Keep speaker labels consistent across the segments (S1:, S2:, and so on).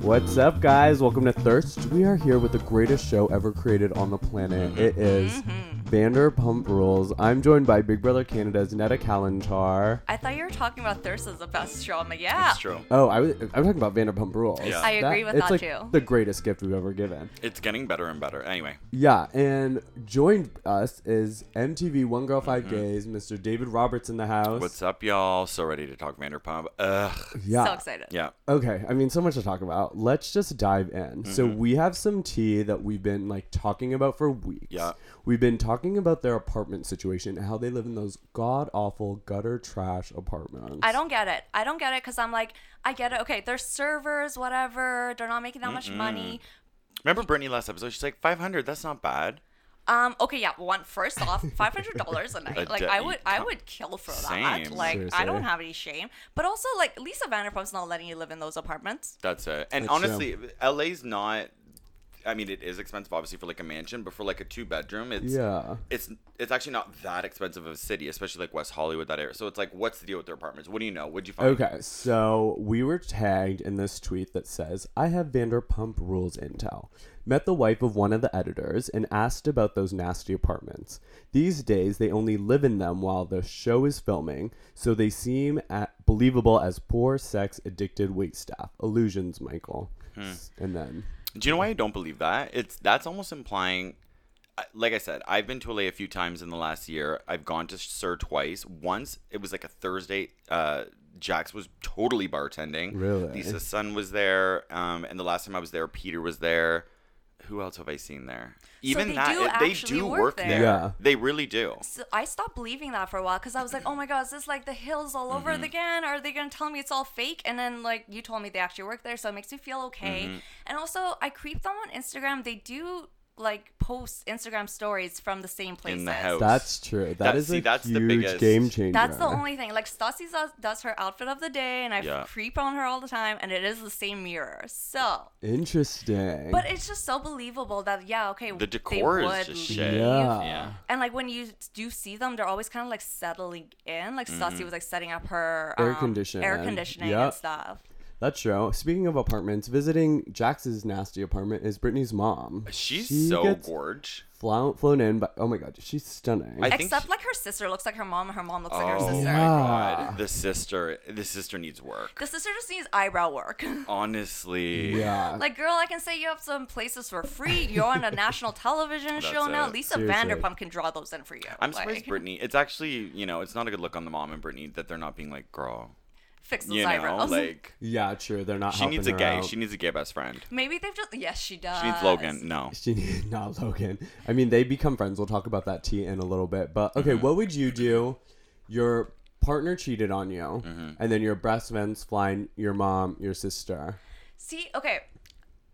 S1: What's up, guys? Welcome to Thirst. We are here with the greatest show ever created on the planet.
S2: Mm-hmm,
S1: It is Vanderpump Rules. I'm joined by Big Brother Canada's Netta Kalantar.
S3: I thought you were talking about Thirst as the best show. I'm like, yeah.
S2: It's true.
S1: Oh, I was, I'm talking about Vanderpump Rules.
S2: Yeah.
S3: I agree with
S1: it's
S3: that,
S1: like
S3: too.
S1: The greatest gift we've ever given.
S2: It's getting better and better. Anyway,
S1: Yeah, and joined us is MTV One Girl 5 Gays, Mr. David Roberts in the house.
S2: Mm-hmm. what's up, y'all? So ready to talk Vanderpump. Ugh.
S1: yeah.
S3: So excited.
S2: Yeah.
S1: Okay, I mean, so much to talk about. Let's just dive in. So we have some tea that we've been like talking about for weeks.
S2: Yeah.
S1: we've been talking about their apartment situation and how they live in those god awful gutter trash apartments.
S3: I don't get it. I don't get it because I'm like, I get it. Okay, they're servers, whatever. They're not making that much money.
S2: Remember Brittany last episode? She's like, 500, that's not bad.
S3: Um. Okay. Yeah. One. First off, five hundred dollars a night.
S2: A
S3: like
S2: day,
S3: I would, I
S2: come-
S3: would kill for that.
S2: Same.
S3: Like I
S1: Seriously.
S3: don't have any shame. But also, like Lisa Vanderpump's not letting you live in those apartments.
S2: That's it. And
S1: That's
S2: honestly, LA's not. I mean, it is expensive, obviously, for like a mansion, but for like a two bedroom, it's
S1: Yeah.
S2: it's it's actually not that expensive of a city, especially like West Hollywood that area. So it's like, what's the deal with their apartments? What do you know? What'd you find?
S1: Okay, so we were tagged in this tweet that says, I have Vanderpump Rules intel. Met the wife of one of the editors and asked about those nasty apartments. These days, they only live in them while the show is filming, so they seem at- believable as poor, sex addicted wait staff. Illusions, Michael.
S2: Hmm.
S1: And then,
S2: Do you know why I don't believe that? It's that's almost implying. I- Like I said, I've been to LA a few times in the last year. I've gone to Sir twice. Once it was like a Thursday. Uh, Jax was totally bartending.
S1: Really?
S2: Lisa's son was there. Um, and the last time I was there, Peter was there. Who else have I seen there? Even
S3: they
S2: that,
S3: do
S2: it- they
S3: actually
S2: do
S3: work
S2: work
S3: there.
S2: there.
S1: Yeah.
S2: They really do.
S3: So I stopped believing that for a while because I was like, oh my god, is this like the hills all over
S2: Mm-hmm.
S3: again? Are they gonna tell me it's all fake? And then like you told me they actually work there, so it makes me feel okay.
S2: Mm-hmm.
S3: And also, I creeped them on Instagram. They do like post Instagram stories from the same places.
S2: the house.
S1: that's true.
S2: That-
S1: is
S2: see,
S1: a
S2: that's the
S1: huge
S2: biggest-
S1: game changer.
S3: That's the only thing. Like Stassi does, does her outfit of the day, and I
S2: Yeah.
S3: creep on her all the time, and it is the same mirror. So,
S1: Interesting.
S3: but it's just so believable that yeah, okay,
S2: The decor
S3: they
S2: is
S3: would
S2: just
S3: leave.
S2: shit.
S1: Yeah.
S2: Yeah.
S3: And like when you do see them, they're always kind of like settling in. Like
S2: Mm-hmm.
S3: Stassi was like setting up her
S1: Air
S3: um,
S1: conditioning.
S3: air conditioning
S1: Yeah.
S3: and stuff.
S1: That's true. Speaking of apartments, visiting Jax's nasty apartment is Brittany's mom.
S2: She's
S1: She
S2: so
S1: gets
S2: gorge.
S1: flown, flown in, but oh my god, she's stunning.
S2: I think
S3: Except
S2: she-
S3: like her sister looks like her mom, and her mom looks like her
S2: Oh my
S3: sister.
S1: Ah.
S2: god. The sister. The sister needs work.
S3: The sister just needs eyebrow work.
S2: Honestly.
S1: yeah.
S3: Like, girl, I can say you have some places for free. You're on a national television show now.
S2: it.
S3: Lisa
S1: Seriously.
S3: Vanderpump can draw those in for you.
S2: I'm surprised
S3: Like,
S2: Brittany. It's actually, you know, it's not a good look on the mom and Brittany that they're not being like, girl,
S3: Fix those
S2: you know,
S3: eyebrows.
S2: like
S1: yeah, true. They're not.
S2: she
S1: helping
S2: needs a
S1: her
S2: gay,
S1: out.
S2: she needs a gay best friend.
S3: Maybe they've just. Yes, she does.
S2: She needs Logan. No,
S1: She need, not Logan. I mean, they become friends. We'll talk about that tea in a little bit. But
S2: Mm-hmm.
S1: okay, what would you do? Your partner cheated on you,
S2: Mm-hmm.
S1: and then your best friend's flying your mom, your sister.
S3: See, okay.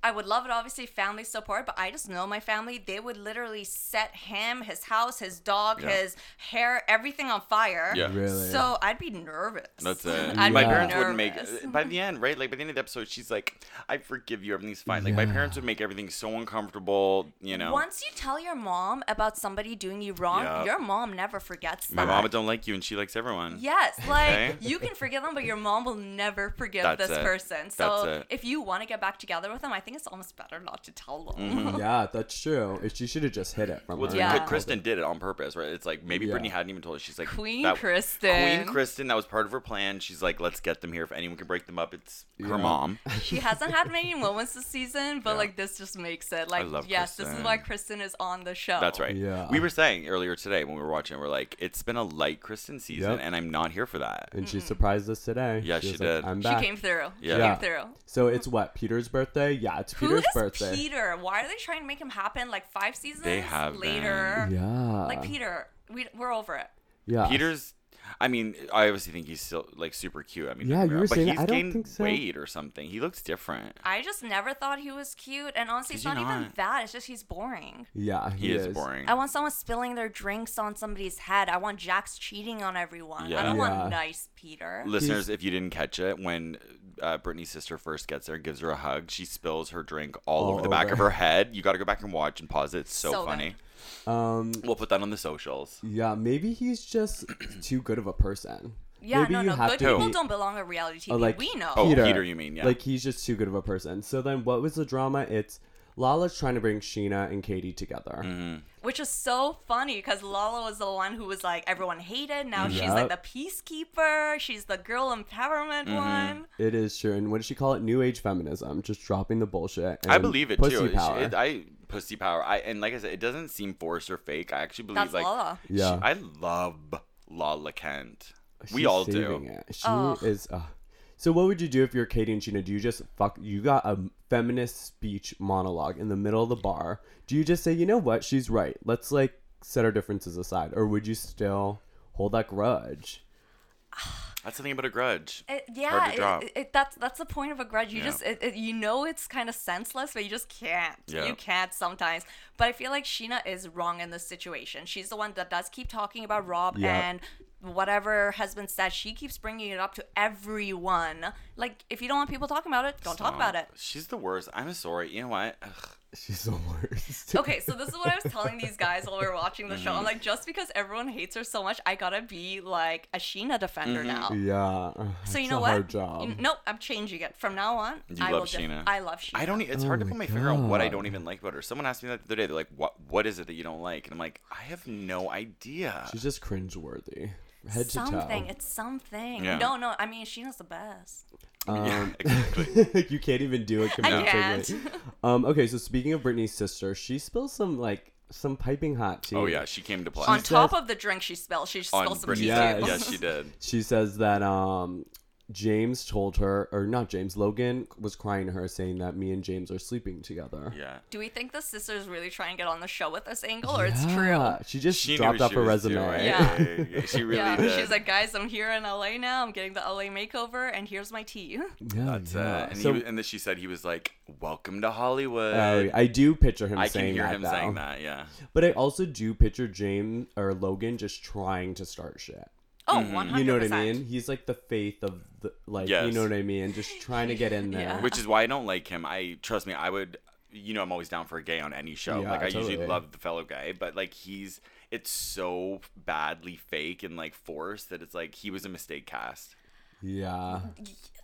S3: I would love it, obviously, family support, but I just know my family. They would literally set him, his house, his dog,
S2: Yeah.
S3: his hair, everything on fire.
S2: Yeah.
S1: Really?
S3: So I'd be nervous.
S2: that's it.
S3: I'd
S2: My
S3: be
S2: parents would
S3: nervous.
S2: make by the end, right? Like by the end of the episode, she's like, "I forgive you, everything's fine." Like my parents would make everything so uncomfortable, you know.
S3: Once you tell your mom about somebody doing you wrong,
S2: Yeah.
S3: your mom never forgets.
S2: my
S3: that.
S2: mama don't like you, and she likes everyone.
S3: Yes, like
S2: Okay.
S3: you can forgive them, but your mom will never forgive
S2: That's
S3: this
S2: it.
S3: person.
S2: That's
S3: So
S2: it.
S3: if you want to get back together with them, I think it's almost better not to tell them.
S2: Mm-hmm.
S1: yeah, that's true. If she should have just hit it from
S2: Well, it's
S1: her.
S3: Yeah.
S2: like Kristen did it on purpose, right? It's like maybe
S1: Yeah.
S2: Brittany hadn't even told her. She's like
S3: Queen
S2: that-
S3: Kristen.
S2: Queen Kristen. That was part of her plan. She's like, let's get them here. If anyone can break them up, it's
S1: Yeah.
S2: her mom.
S3: She hasn't had many moments this season, but
S2: Yeah.
S3: like this just makes it like
S2: love
S3: yes, this is
S2: Kristen.
S3: why Kristen is on the show.
S2: That's right.
S1: Oh, Yeah.
S2: We were saying earlier today when we were watching, we're like, it's been a light Kristen season,
S1: Yep.
S2: and I'm not here for that.
S1: and she surprised us today.
S2: Yeah, she
S1: was like,
S2: did.
S1: I'm
S3: She
S1: back.
S3: came through. She
S2: Yeah.
S3: came through.
S1: So it's what Peter's birthday? Yeah, it's
S3: Who
S1: Peter's
S3: is
S1: birthday.
S3: Peter? Why are they trying to make him happen like five seasons
S2: They have
S3: later?
S1: Yeah.
S3: Like Peter, we, we're over it.
S1: yeah.
S2: Peter's, I mean, I obviously think he's still like super cute. I mean,
S1: Yeah,
S2: don't get me
S1: you
S2: wrong,
S1: were
S2: but
S1: saying that.
S2: he's
S1: I don't
S2: gained
S1: think so.
S2: weight or something. He looks different.
S3: I just never thought he was cute, and honestly, it's
S2: Did you
S3: not, even
S2: not?
S3: that. It's just he's boring.
S1: Yeah,
S2: He,
S1: he,
S2: is, boring.
S3: I want someone spilling their drinks on somebody's head. I want Jax cheating on everyone. I don't
S1: Yeah.
S3: want nice Peter.
S2: Listeners, if you didn't catch it, when uh, Brittany's sister first gets there and gives her a hug, she spills her drink all,
S1: All
S2: over the back
S1: over.
S2: of her head. You got to go back and watch and pause it. It's so,
S3: So good.
S2: funny.
S1: Um,
S2: We'll put that on the socials.
S1: yeah, maybe he's just too good of a person.
S3: Yeah,
S1: Maybe
S3: no,
S1: you
S3: no.
S1: have
S3: Good
S1: to
S3: people
S1: be-
S3: don't belong on reality TV.
S1: Oh, like
S3: we know.
S2: Oh, Peter. you mean, yeah.
S1: Like he's just too good of a person. So then, what was the drama? It's Lala's trying to bring Sheena and Katie together.
S2: Mm-hmm.
S3: Which is so funny because Lala was the one who was like everyone hated. Now she's like the
S1: Yep.
S3: peacekeeper. She's the girl empowerment
S2: Mm-hmm.
S3: one.
S1: It is true. And what does she call it? New age feminism, just dropping the bullshit.
S2: I
S1: and
S2: believe it
S1: pussy
S2: too. It-
S1: Power.
S2: It, I pussy power. I and like I said, it doesn't seem forced or fake. I actually believe
S3: That's
S2: like
S3: Lala.
S2: she-
S1: Yeah.
S2: I love Lala Kent. we
S1: She's
S2: all
S1: saving
S2: do.
S1: It. She
S3: Ugh.
S1: is. Uh, so what would you do if you're Katie and Sheena? Do you just fuck? You got a feminist speech monologue in the middle of the bar. Do you just say, you know what, she's right. Let's like set our differences aside, or would you still hold that grudge?
S2: That's the thing about a grudge.
S3: It,
S2: Hard
S3: yeah,
S2: to
S3: it-
S2: drop.
S3: it, it- that's that's the point of a grudge. You
S2: Yeah.
S3: just it, it, you know it's kind of senseless, but you just can't.
S2: Yeah.
S3: You can't sometimes. But I feel like Sheena is wrong in this situation. She's the one that does keep talking about Rob
S1: Yeah.
S3: and whatever has been said. She keeps bringing it up to everyone. Like if you don't want people talking about it, don't talk
S2: So,
S3: about it.
S2: She's the worst. I'm sorry. You know what? Ugh.
S1: She's the worst.
S3: Okay, so this is what I was telling these guys while we were watching the show.
S1: Mm-hmm.
S3: I'm like, just because everyone hates her so much, I gotta be like a Sheena defender now.
S1: Mm-hmm. Yeah.
S3: So you
S1: it's
S3: know
S1: a
S3: what?
S1: Hard job.
S3: You- Nope, I'm changing it from now on.
S2: You
S3: I
S2: love
S3: will def-
S2: Sheena.
S3: I love Sheena.
S2: I don't. e- It's hard to
S1: Oh
S2: put
S1: my
S2: my finger on what I
S1: God.
S2: don't even like about her. Someone asked me that the other day. They're like, "What? What is it that you don't like?" And I'm like, "I have no idea."
S1: She's just cringeworthy. Head
S3: something.
S1: to toe.
S3: It's something.
S2: Yeah.
S3: No, no. I mean, Sheena's the best.
S2: yeah,
S1: Um,
S2: exactly.
S1: you can't even do it
S3: I
S1: competitively. Um, okay, so speaking of Britney's sister, she spills some like some piping hot tea.
S2: Oh yeah, she came to play
S3: On top
S1: says-
S3: of the drink she spilled, she
S2: on
S3: spilled some
S2: Britney.
S3: tea.
S1: Yes.
S2: Yes.
S3: too.
S1: Spears.
S2: yes, she did.
S1: She says that um James told her or not James, Logan was crying to her saying that me and James are sleeping together.
S2: Yeah.
S3: Do we think the sisters really try and get on the show with this angle, or it's true?
S1: Yeah, She just
S2: She
S1: dropped
S2: knew
S1: off
S2: she
S1: her
S2: was
S1: resume.
S2: doing it.
S3: Yeah.
S2: She really
S3: yeah,
S2: did.
S3: she's like, guys, I'm here in LA now. I'm getting the LA makeover, and here's my tea.
S1: Yeah,
S2: That's it.
S1: yeah.
S2: And,
S1: So-
S2: he, was- and then she said he was like, "Welcome to Hollywood."
S1: Oh, yeah, I do picture him
S2: I
S1: saying
S2: can hear
S1: that.
S2: him
S1: though.
S2: saying that. Yeah.
S1: But I also do picture James or Logan just trying to start shit.
S3: Oh, 100
S1: Mm-hmm. You know what I mean? He's like the faith of the like you
S2: Yes.
S1: know what I mean? Just trying to get in there.
S3: Yeah.
S2: Which is why I don't like him. I trust me. I would. You know, I'm always down for a gay on any show.
S1: Yeah,
S2: like I
S1: totally.
S2: usually love the fellow gay, but like he's it's so badly fake and like forced that it's like he was a mistake cast.
S1: yeah.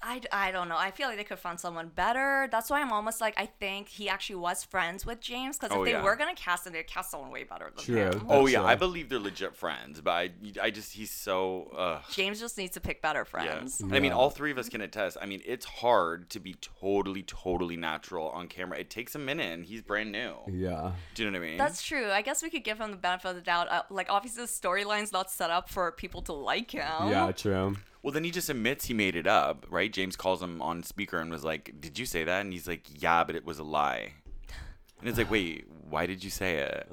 S3: I, I don't know. I feel like they could find someone better. That's why I'm almost like, I think he actually was friends with James. Because if
S2: Oh,
S3: they
S2: yeah.
S3: were going to cast him, they'd cast someone way better than
S1: True.
S3: him.
S2: Oh
S1: That's
S2: yeah,
S1: true.
S2: I believe they're legit friends, but I, I just he's so. Uh,
S3: James just needs to pick better
S2: yeah.
S3: friends.
S2: And I mean, all three of us can attest. I mean, it's hard to be totally, totally natural on camera. It takes a minute, and he's brand new.
S1: Yeah.
S2: Do you know what I mean?
S3: That's true. I guess we could give him the benefit of the doubt. Uh, like, obviously, the storyline's not set up for people to like him.
S1: Yeah, true.
S2: Well, then he just admits he made it up, right? James calls him on speaker and was like, "Did you say that?" And he's like, "Yeah, but it was a lie." And it's like, "Wait, why did you say it?"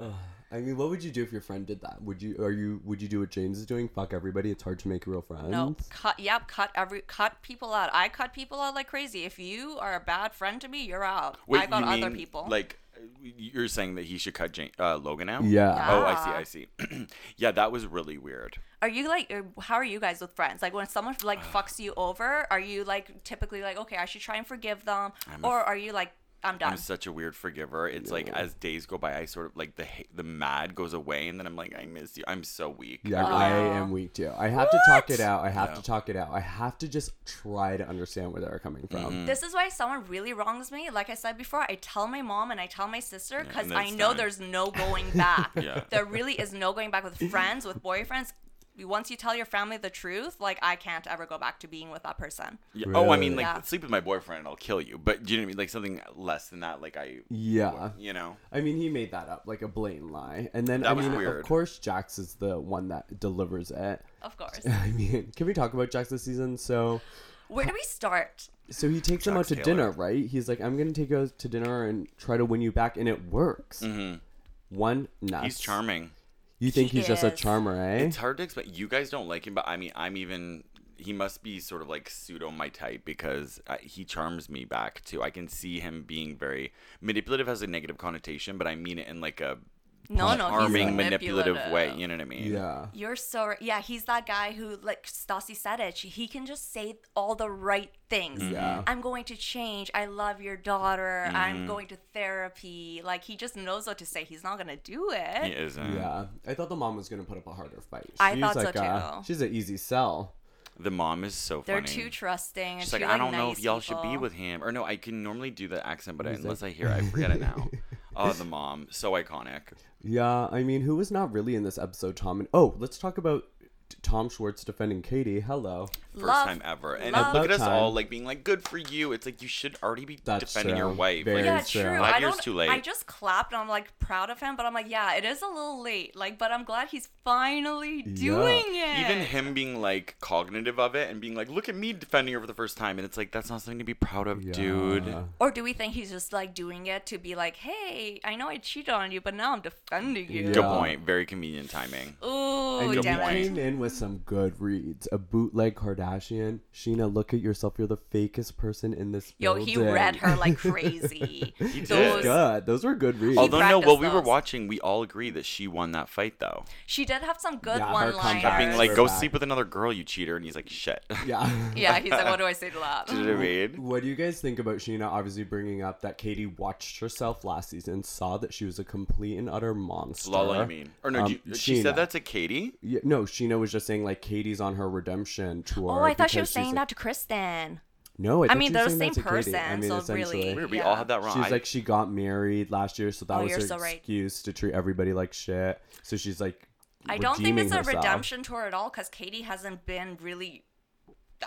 S1: I mean, what would you do if your friend did that? Would you are you would you do what James is doing? Fuck everybody. It's hard to make real friends.
S3: No, cut. Yep, cut every cut people out. I cut people out like crazy. If you are a bad friend to me, you're out.
S2: Wait,
S3: I got
S2: you
S3: other
S2: mean,
S3: people.
S2: Like, you're saying that he should cut Jane, uh, Logan out?
S1: Yeah.
S2: Oh,
S3: Yeah.
S2: I see, I see. yeah, that was really weird.
S3: Are you like, uh, how are you guys with friends? Like, when someone like
S2: Uh.
S3: fucks you over, are you like typically like, okay, I should try and forgive them,
S2: I'm a
S3: or are you like, I'm done?
S2: I'm such a weird forgiver. It's like as days go by, I sort of like the ha- the mad goes away, and then I'm like, I miss you. I'm so weak.
S1: Yeah, I am weak too. I have to talk it out. I have to talk it out. I have to just try to understand where they're coming from.
S2: Mm-hmm. mm.
S3: this is why if someone really wrongs me. Like I said before, I tell my mom and I tell my sister because
S2: and then
S3: I
S2: it's
S3: know
S2: done.
S3: there's no going back.
S2: Yeah.
S3: There really is no going back with friends, with boyfriends. Once you tell your family the truth, like I can't ever go back to being with that person.
S2: Yeah. Oh, I mean,
S3: Really?
S2: like
S3: Yeah.
S2: sleep with my boyfriend, and I'll kill you. But do you know what I mean? Like something less than that. Like I,
S1: Yeah.
S2: you know.
S1: I mean, he made that up like a blatant lie. And then
S2: That
S1: I
S2: was
S1: mean, of
S2: weird.
S1: course, Jax is the one that delivers it.
S3: Of course.
S1: I mean, can we talk about Jax this season? So,
S3: Where do we start?
S1: so he takes him out
S2: Jax
S1: to
S2: Taylor.
S1: dinner, right? He's like, "I'm gonna take you out to dinner and try to win you back," and it works. One nuts.
S2: Mm-hmm. He's charming.
S1: You think
S3: He
S1: he's just a
S3: is.
S1: charmer, eh?
S2: It's hard to explain. You guys don't like him, but I mean, I'm even. He must be sort of like pseudo my type because I, he charms me back too. I can see him being very manipulative has a negative connotation, but I mean it in like a
S3: No, no,
S2: charming,
S3: he's
S2: manipulative way.
S3: manipulative.
S2: You know what I mean?
S1: yeah.
S3: You're so right. yeah. He's that guy who, like Stassi said it, she- he can just say all the right things.
S2: Mm-hmm.
S1: Yeah.
S3: I'm going to change. I love your daughter.
S2: Mm-hmm.
S3: I'm going to therapy. Like he just knows what to say. He's not gonna do it.
S2: He isn't.
S1: Yeah, I thought the mom was gonna put up a harder fight.
S3: I thought so,
S1: uh,
S3: too.
S1: she's an easy sell.
S2: The mom is so
S3: They're
S2: funny.
S3: too trusting. and
S2: She's
S3: too,
S2: like, I don't know if
S3: nice
S2: y'all should be
S3: people.
S2: with him. Or no, I can normally do the accent, but I,
S1: He's like-
S2: unless I hear, it, I forget it now. Oh, the mom, so iconic.
S1: Yeah, I mean, who was not really in this episode, Tom? And oh, let's talk about t- Tom Schwartz defending Katie. Hello.
S2: First
S3: Love-
S2: time ever, and
S3: love-
S2: look at us
S1: About
S2: all
S1: time.
S2: like being like, "Good for you." It's like you should already be
S1: That's
S2: defending your
S1: true.
S2: wife.
S1: Very
S3: Yeah,
S2: Like,
S1: true.
S3: true.
S2: Five
S3: I
S2: years
S3: don't.
S2: too late.
S3: I just clapped, and I'm like proud of him. But I'm like, yeah, it is a little late. Like, but I'm glad he's finally doing it.
S2: even him being like cognitive of it and being like, "Look at me defending her for the first time," and it's like that's not something to be proud of, dude.
S1: Yeah.
S3: Or do we think he's just like doing it to be like, hey, I know I cheated on you, but now I'm defending you.
S1: Yeah.
S2: Good point. Very convenient timing.
S3: Ooh,
S1: and
S3: Oh, damn
S1: you
S3: it.
S1: came in with some good reads. A bootleg Kardashian. Sheena, look at yourself. You're the fakest person in this.
S3: Yo, he
S1: building.
S3: read her like crazy. he
S2: did.
S1: Good. Those were good reads.
S2: Although no,
S3: practiced
S2: while we were
S3: those.
S2: watching, we all agree that she won that fight though.
S3: She did have some good
S1: Yeah, her
S3: one-liners.
S1: comebacks
S2: That being like,
S1: We're
S2: "Go
S1: back.
S2: sleep with another girl, you cheater," and he's like, "Shit." Do
S1: yeah.
S3: yeah, he's like, what do I say to
S2: you
S3: that?
S2: know what I mean?
S1: What do you guys think about Sheena obviously bringing up that Katie watched herself last season, saw that she was a complete and utter monster?
S2: Lala, you mean? Or no?
S1: Um,
S2: do you- she
S1: Sheena.
S2: said that to Katie.
S1: Yeah, no, Sheena was just saying like Katie's on her redemption tour.
S3: Oh, I thought she
S1: because
S3: was saying
S1: she's,
S3: that
S1: like-
S3: to Kristen.
S1: No, I, thought
S3: mean,
S1: she was saying that
S3: they're the same
S1: to Katie. I
S3: person,
S1: mean,
S3: so
S1: essentially.
S3: really-
S2: Weird. We
S3: Yeah.
S2: all had that wrong.
S1: She's
S2: I-
S1: like she got married last year, so that
S3: Oh,
S1: was
S3: you're
S1: her
S3: so right.
S1: excuse to treat everybody like shit. So she's like,
S3: I don't think
S1: redeeming
S3: it's a
S1: herself.
S3: redemption tour at all because Katie hasn't been really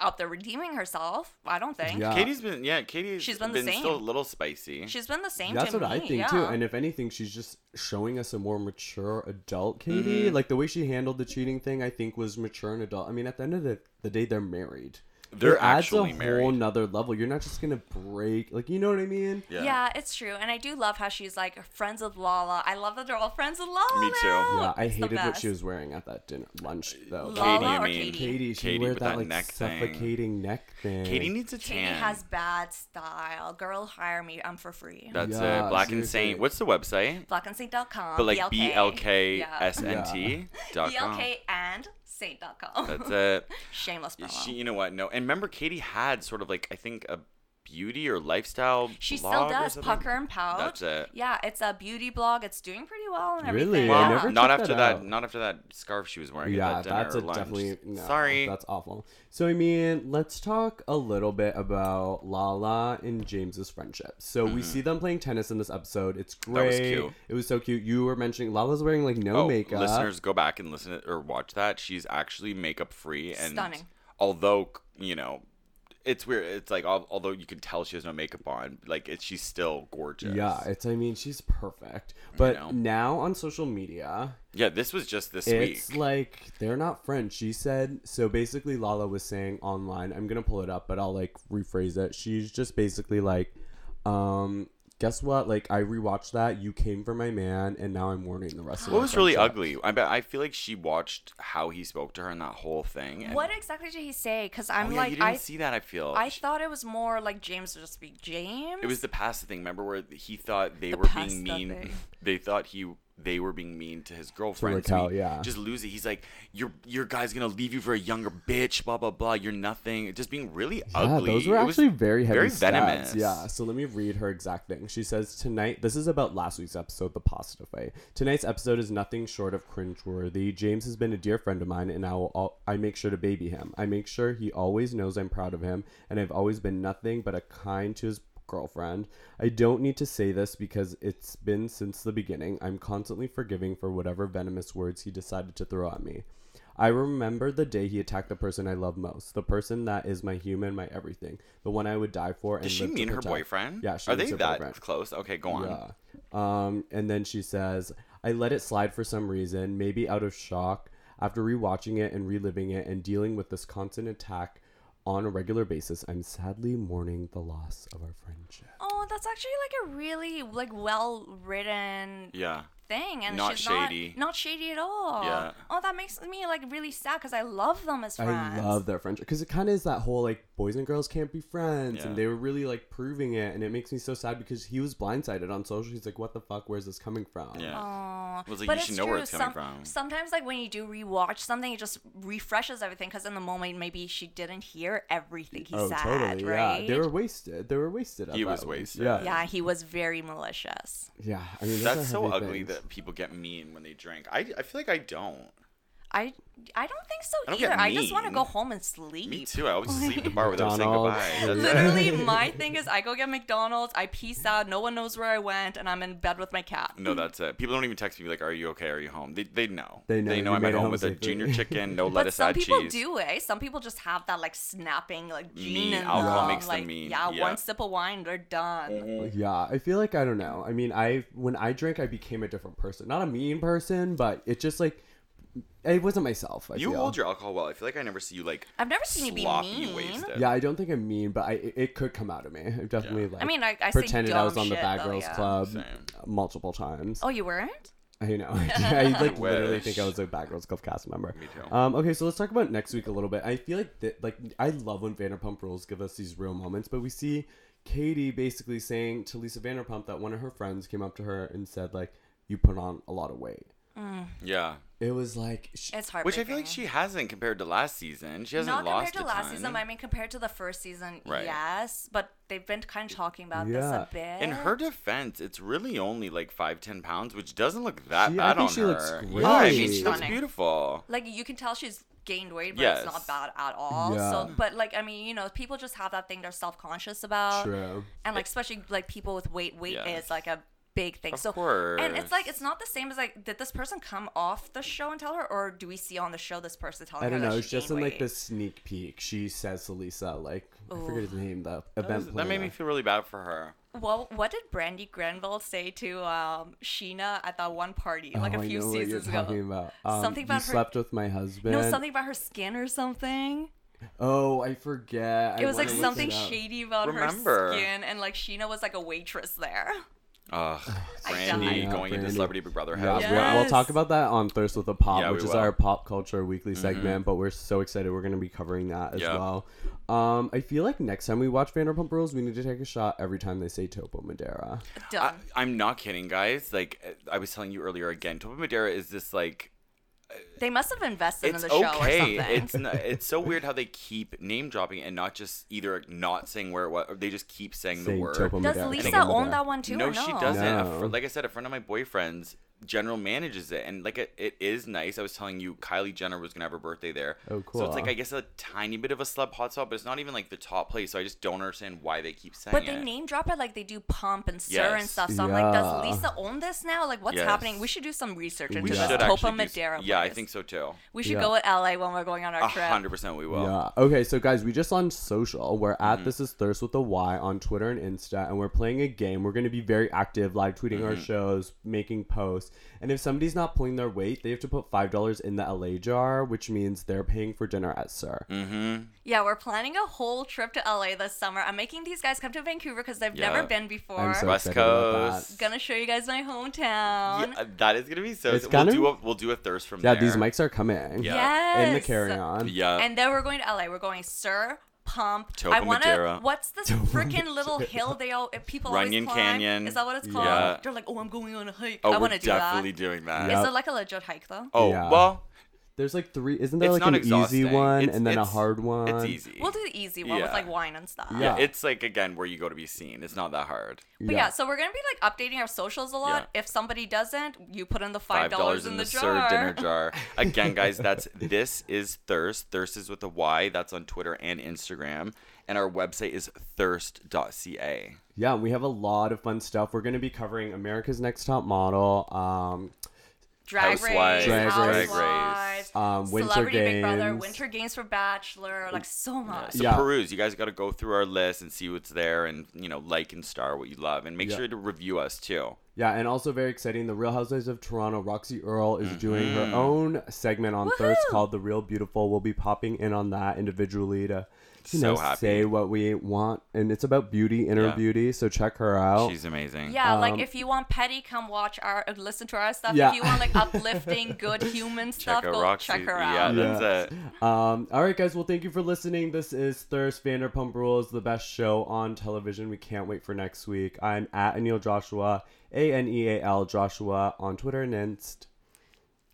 S3: out there redeeming herself. I don't think.
S1: Yeah.
S2: Katie's been yeah. Katie's
S3: She's been the
S2: still a
S3: same.
S2: little spicy.
S3: She's been the same
S1: That's
S3: to
S1: what
S3: me.
S1: I think
S3: yeah.
S1: too. And if anything, she's just showing us a more mature adult Katie.
S3: Mm-hmm.
S1: Like the way she handled the cheating thing, I think was mature and adult. I mean, at the end of the, the day, they're married.
S2: They're
S1: it adds a
S2: actually
S1: whole
S2: married.
S1: nother level. You're not just gonna break, like you know what I mean?
S3: yeah. it's true. And I do love how she's like friends with Lala. I love that they're all friends with Lala.
S2: Me too.
S3: now.
S1: Yeah, I
S3: Oh, It's the
S1: hated what
S3: best.
S1: she was wearing at that dinner lunch though.
S3: Lala
S1: That,
S2: Katie,
S1: like,
S2: you
S3: or
S2: mean.
S3: Katie?
S1: Katie, she
S2: Katie
S1: wore
S2: with
S1: that,
S2: that
S1: like
S2: neck thing.
S1: suffocating neck thing.
S2: Katie needs a
S3: Katie
S2: tan.
S3: has bad style. Girl, hire me. I'm for free.
S2: That's
S1: Yeah,
S2: it. Black and
S1: seriously.
S2: Saint. What's the
S3: Uh,
S2: website?
S3: Blackandsaint.com.
S2: But like B L
S3: BLK.
S2: K
S3: Yeah.
S2: S N T dot com.
S3: BLK and saint.com.
S2: That's it.
S3: Shameless promo.
S2: She, you know what? No, and remember, Katie had sort of like I think a beauty or lifestyle.
S3: She
S2: blog
S3: still
S2: or
S3: does
S2: something?
S3: pucker and pouch.
S2: That's it.
S3: Yeah, it's a beauty blog. It's doing pretty well and everything.
S1: Really? I
S2: Well,
S3: Yeah.
S1: never
S2: not
S1: checked
S2: after
S1: that
S2: that.
S1: out.
S2: Not after that scarf she was wearing.
S1: Yeah,
S2: at that dinner
S1: that's
S2: or
S1: a
S2: lunch.
S1: definitely no,
S2: Sorry.
S1: That's awful. So I mean, let's talk a little bit about Lala and James's friendship. So we see them playing tennis in this episode. It's great.
S2: Mm-hmm. was cute.
S1: It was so cute. You were mentioning Lala's wearing like no
S2: oh,
S1: makeup.
S2: listeners, go back and listen to, or watch that. She's actually makeup free and
S3: Stunning.
S2: Although you know, it's weird. It's like al- although you can tell she has no makeup on, like it, she's still gorgeous.
S1: Yeah, it's. I mean, she's perfect. But
S2: know.
S1: now on social media,
S2: Yeah, this was just this
S1: it's
S2: week.
S1: like they're not friends. She said so. Basically, Lala was saying online. I'm gonna pull it up, but I'll like rephrase it. She's just basically like, um, guess what? Like I rewatched that. You came for my man, and now I'm warning the rest of.
S2: What
S1: our
S2: was really
S1: friendship."
S2: ugly? I bet I feel like she watched how he spoke to her and that whole thing. And,
S3: What exactly did he say? Because I'm
S2: Oh, yeah, you
S3: like,
S2: didn't
S3: I,
S2: see that. I feel
S3: I thought it was more like James would just be James.
S2: it was the pasta thing. Remember where he thought they
S3: The
S2: were
S3: pasta
S2: being mean?
S3: thing.
S2: They thought he they were being mean to his girlfriend. so
S1: Raquel,
S2: he
S1: yeah.
S2: Just lose it. He's like, your your guy's gonna leave you for a younger bitch. Blah blah blah. You're nothing. Just being really
S1: Yeah,
S2: ugly.
S1: those were
S2: It was
S1: actually very heavy.
S2: very
S1: stabs.
S2: venomous.
S1: Yeah. Uh, So let me read her exact thing. She says tonight. This is about last week's episode, the pasta fight. Tonight's episode is nothing short of cringeworthy. James has been a dear friend of mine, and I will. All, I make sure to baby him. I make sure he always knows I'm proud of him, and I've always been nothing but a kind to his girlfriend. I don't need to say this because it's been since the beginning. I'm constantly forgiving for whatever venomous words he decided to throw at me. I remember the day he attacked the person I love most, the person that is my human, my everything, the one I would die for. And
S2: Does she
S1: live to
S2: mean her
S1: protect.
S2: boyfriend?
S1: Yeah, she
S2: Are
S1: means
S2: they
S1: her
S2: that
S1: boyfriend.
S2: close? Okay, go on.
S1: Yeah. Um, and then she says, I let it slide for some reason, maybe out of shock. After rewatching it and reliving it and dealing with this constant attack on a regular basis, I'm sadly mourning the loss of our friendship.
S3: Oh, that's actually like a really like well written
S2: Yeah.
S3: thing, and
S2: Not
S3: she's
S2: shady.
S3: not not shady at all.
S2: Yeah.
S3: Oh, that makes me like really sad because I love them as friends.
S1: I love their friendship because it kind of is that whole like boys and girls can't be friends,
S2: Yeah.
S1: and they were really like proving it, and it makes me so sad because he was blindsided on social. He's like, "What the fuck? Where's this coming from?"
S2: Yeah.
S3: Aw.
S2: It was like,
S3: but
S2: you
S3: it's
S2: should know
S3: true.
S2: where it's coming
S3: Some-
S2: from.
S3: Sometimes, like when you do rewatch something, it just refreshes everything because in the moment maybe she didn't hear everything he
S1: Oh,
S3: said,
S1: totally.
S3: right?
S1: Yeah, they were wasted. They were wasted. at
S2: He
S1: that
S2: was
S1: one.
S2: wasted.
S1: Yeah, yeah.
S3: yeah, he was very malicious.
S1: I mean, those
S2: That's
S1: are
S2: so
S1: heavy
S2: ugly
S1: things.
S2: that people get mean when they drink. I, I feel like I don't.
S3: I I don't think so
S2: I don't get
S3: either. I just want to
S2: mean.
S3: go home and sleep.
S2: Me too. I always just leave the bar without saying
S1: McDonald's.
S2: goodbye. That's it.
S3: Literally, my thing is I go get McDonald's, I peace out, no one knows where I went, and I'm in bed with my cat.
S2: No, that's it. People don't even text me like, "Are you okay? Are you home?" They, they know.
S1: They know you
S2: I'm
S1: made it
S2: at home
S1: home
S2: with a
S1: safely.
S2: junior chicken, no
S3: But
S2: lettuce,
S3: some
S2: add
S3: people
S2: cheese.
S3: do, eh? Some people just have that like snapping like gene
S2: Mean.
S3: in
S2: Alcohol
S3: them.
S2: makes them
S3: like,
S2: mean.
S3: Yeah,
S2: Yeah. Mm-hmm.
S3: one sip of wine, they're done.
S1: Yeah, I feel like I don't know. I mean, I when I drank, I became a different person. Not a mean person, but it just like it wasn't myself. I
S2: You
S1: feel.
S2: hold your alcohol well. I feel like I never see you like.
S3: I've never seen you be
S2: sloppy
S3: mean.
S2: Wasted.
S1: Yeah, I don't think I'm mean, but I it- it could come out of me. I've definitely like
S3: I mean, I- I say
S1: pretended I was
S3: dumb
S1: on the
S3: shit,
S1: Bad
S3: though,
S1: Girls
S3: yeah.
S1: Club
S2: Same.
S1: multiple times.
S3: Oh, you weren't?
S1: I know. I like literally
S2: wish.
S1: think I was a Bad Girls Club cast member. Me
S2: too.
S1: Um, okay, so let's talk about next week a little bit. I feel like that, like I love when Vanderpump Rules give us these real moments, but we see Katie basically saying to Lisa Vanderpump that one of her friends came up to her and said like, "You put on a lot of weight."
S2: Yeah.
S1: It was like, sh-
S3: It's hard.
S2: Which I feel like she hasn't compared to last season. She hasn't
S3: Not compared
S2: lost
S3: to
S2: a
S3: last
S2: ton.
S3: season. I mean, compared to the first season,
S2: Right.
S3: yes. But they've been kind of talking about this
S1: Yeah.
S3: a bit.
S2: In her defense, it's really only like five, ten pounds, which doesn't look that
S1: She- I
S2: bad
S1: think
S2: on
S1: she
S2: her.
S1: looks
S2: Yeah, I
S1: great.
S2: mean, she
S3: She's
S2: looks
S3: stunning.
S2: beautiful.
S3: like you can tell she's gained weight, but
S2: Yes.
S3: it's not bad at all. So,
S1: Yeah.
S3: but like I mean, you know, people just have that thing they're self conscious about,
S1: true.
S3: and like especially like people with weight, weight
S2: Yeah.
S3: is like a big thing.
S2: Of
S3: so, and
S2: course.
S3: it's like it's not the same as like did this person come off the show and tell her, or do we see on the show this person telling
S1: I don't
S3: her
S1: know.
S3: that
S1: It's
S3: she
S1: just in
S3: gained
S1: like
S3: weight?
S1: the sneak peek. She says to Lisa, like, I forget his name, the
S2: That,
S1: event
S2: was- that made me
S1: planner.
S2: feel really bad for her.
S3: Well, what did Brandy Grenville say to um, Sheena at that one party like
S1: Oh,
S3: a
S1: I
S3: few
S1: know what you're
S3: seasons
S1: talking
S3: ago?
S1: about. Um,
S3: Something
S1: you
S3: about her-
S1: slept with my husband.
S3: No, something about her skin or something.
S1: Oh, I forget.
S3: It was like something
S1: shady.
S3: shady about
S2: Remember.
S3: her skin, and like Sheena was like a waitress there.
S2: Ugh,
S3: I
S2: Brandy
S3: died.
S2: going into
S1: Brandy.
S2: Celebrity Big Brother
S1: Yeah,
S2: house.
S1: we- we'll
S3: Yes.
S1: talk about that on Thirst with a Pop,
S2: Yeah, we
S1: which is
S2: will. Mm-hmm.
S1: our pop culture weekly segment. But we're so excited we're going to be covering that as
S2: Yeah.
S1: well. Um, I feel like next time we watch Vanderpump Rules, we need to take a shot every time they say Topo Madera.
S3: Done.
S2: I, I'm not kidding, guys. Like I was telling you earlier, again, Topa Madera is this like
S3: they must have invested in
S2: it's
S3: the show or
S2: okay.
S3: something.
S2: It's n it's so weird how they keep name dropping and not just either not saying where it was. Or they just keep saying, the
S1: Saying
S2: word.
S1: Topo
S3: Does
S1: Madera.
S3: Lisa
S1: Topo Madera.
S3: own that one too?
S2: no,
S3: or no,
S2: she doesn't. A fr-
S1: No.
S2: like I said, a friend of my boyfriend's general manages it, and like it, it is nice. I was telling you, Kylie Jenner was gonna have her birthday there.
S1: Oh,
S2: So it's like
S1: cool.
S2: I guess a tiny bit of a slub hotspot, but it's not even like the top place. So I just don't understand why they keep saying
S3: But
S2: it.
S3: they name drop it like they do pump and stir
S2: Yes.
S3: and stuff. So I'm like, does
S1: Yeah.
S3: Lisa own this now? Like, what's
S2: Yes.
S3: happening? We should do some research into
S2: we
S3: this
S2: should
S3: Topa
S2: actually. do s-
S3: Madera.
S2: yeah, I
S3: place.
S2: think so too.
S3: we should
S1: Yeah.
S3: go with LA when we're going on
S2: A
S3: our trip.
S2: hundred percent, we will.
S1: Yeah. Okay, so guys, we just on social. We're at
S2: Mm-hmm.
S1: this is thirst with a Y on Twitter and Insta, and we're playing a game. We're going to be very active, live tweeting
S2: Mm-hmm.
S1: our shows, making posts, and if somebody's not pulling their weight, they have to put five dollars in the LA jar, which means they're paying for dinner at Sir.
S2: Mm-hmm.
S3: Yeah, we're planning a whole trip to LA this summer. I'm making these guys come to Vancouver because they've
S2: Yeah.
S3: never been before.
S1: I'm so
S2: West
S1: excited about
S2: Coast.
S1: that.
S3: Gonna show you guys my hometown.
S2: Yeah, uh, that is gonna be so.
S1: It's
S2: we'll
S1: gonna-
S2: do a we'll do a thirst from
S1: Yeah,
S2: there.
S1: these mics are coming.
S2: Yeah. Uh,
S3: Yes.
S1: In the carry on.
S2: Yeah,
S3: And then we're going to LA. We're going Sir Pump.
S2: Topo
S3: I wanna.
S2: Madera.
S3: What's this freaking little hill they all people
S2: Runyon
S3: always climb?
S2: Canyon.
S3: Is that what it's called?
S2: Yeah.
S3: They're like, oh, I'm going on a hike.
S2: oh,
S3: I
S2: we're
S3: want to do
S2: definitely
S3: that.
S2: doing that.
S1: Yeah.
S3: Is it like a legit hike though?
S2: Oh
S1: Yeah.
S2: well,
S1: There's like three. Isn't there
S2: it's
S1: like
S2: not
S1: an
S2: exhausting.
S1: easy one
S2: It's-
S1: and then a
S2: it's-
S1: hard one?
S2: It's easy.
S3: We'll do the easy one
S2: Yeah.
S3: with like wine and stuff.
S1: Yeah.
S2: yeah, it's like again where you go to be seen. It's not that hard.
S3: But yeah. so we're gonna be like updating our socials a lot. If somebody doesn't, you put in the five dollars in the, jar.
S2: Sir dinner jar. Again, guys, that's this is thirst. Thirst is with a Y. That's on Twitter and Instagram. And our website is thirst.ca.
S1: Yeah, and we have a lot of fun stuff. We're going to be covering America's Next Top Model, um,
S3: Drag race,
S2: Housewives,
S1: Drag
S3: housewives,
S2: Race.
S1: um, Winter
S3: Celebrity
S1: Games.
S3: Big Brother, Winter Games for Bachelor, like so much.
S2: So
S1: Yeah.
S2: peruse. You guys got to go through our list and see what's there, and you know, like and star what you love, and make
S1: Yeah.
S2: sure to review us too.
S1: Yeah, and also very exciting. The Real Housewives of Toronto, Roxy Earl
S2: Mm-hmm.
S1: is doing her own segment on Thirst called "The Real Beautiful." We'll be popping in on that individually to, you
S2: So
S1: know,
S2: happy.
S1: say what we want, and it's about beauty, inner
S2: Yeah.
S1: beauty. So check her out.
S2: She's amazing.
S3: Yeah, like if you want petty, come watch our uh, listen to our stuff.
S1: Yeah.
S3: If you want like uplifting, good human
S2: Check
S3: stuff,
S2: out
S3: go
S2: Roxy.
S3: check her
S2: Yeah,
S3: out.
S2: that's it.
S1: Um, all right, guys. Well, thank you for listening. This is Thirst Vanderpump Rules, the best show on television. We can't wait for next week. I'm at Anil Joshua, A N E A L Joshua on Twitter and Inst.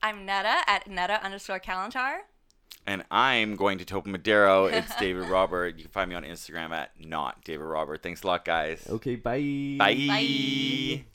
S3: I'm Netta at Netta underscore Kalantar.
S2: And I'm going to Topo Madero. It's David Robert. You can find me on Instagram at not David Robert. Thanks a lot, guys.
S1: Okay, bye.
S2: Bye.
S3: Bye.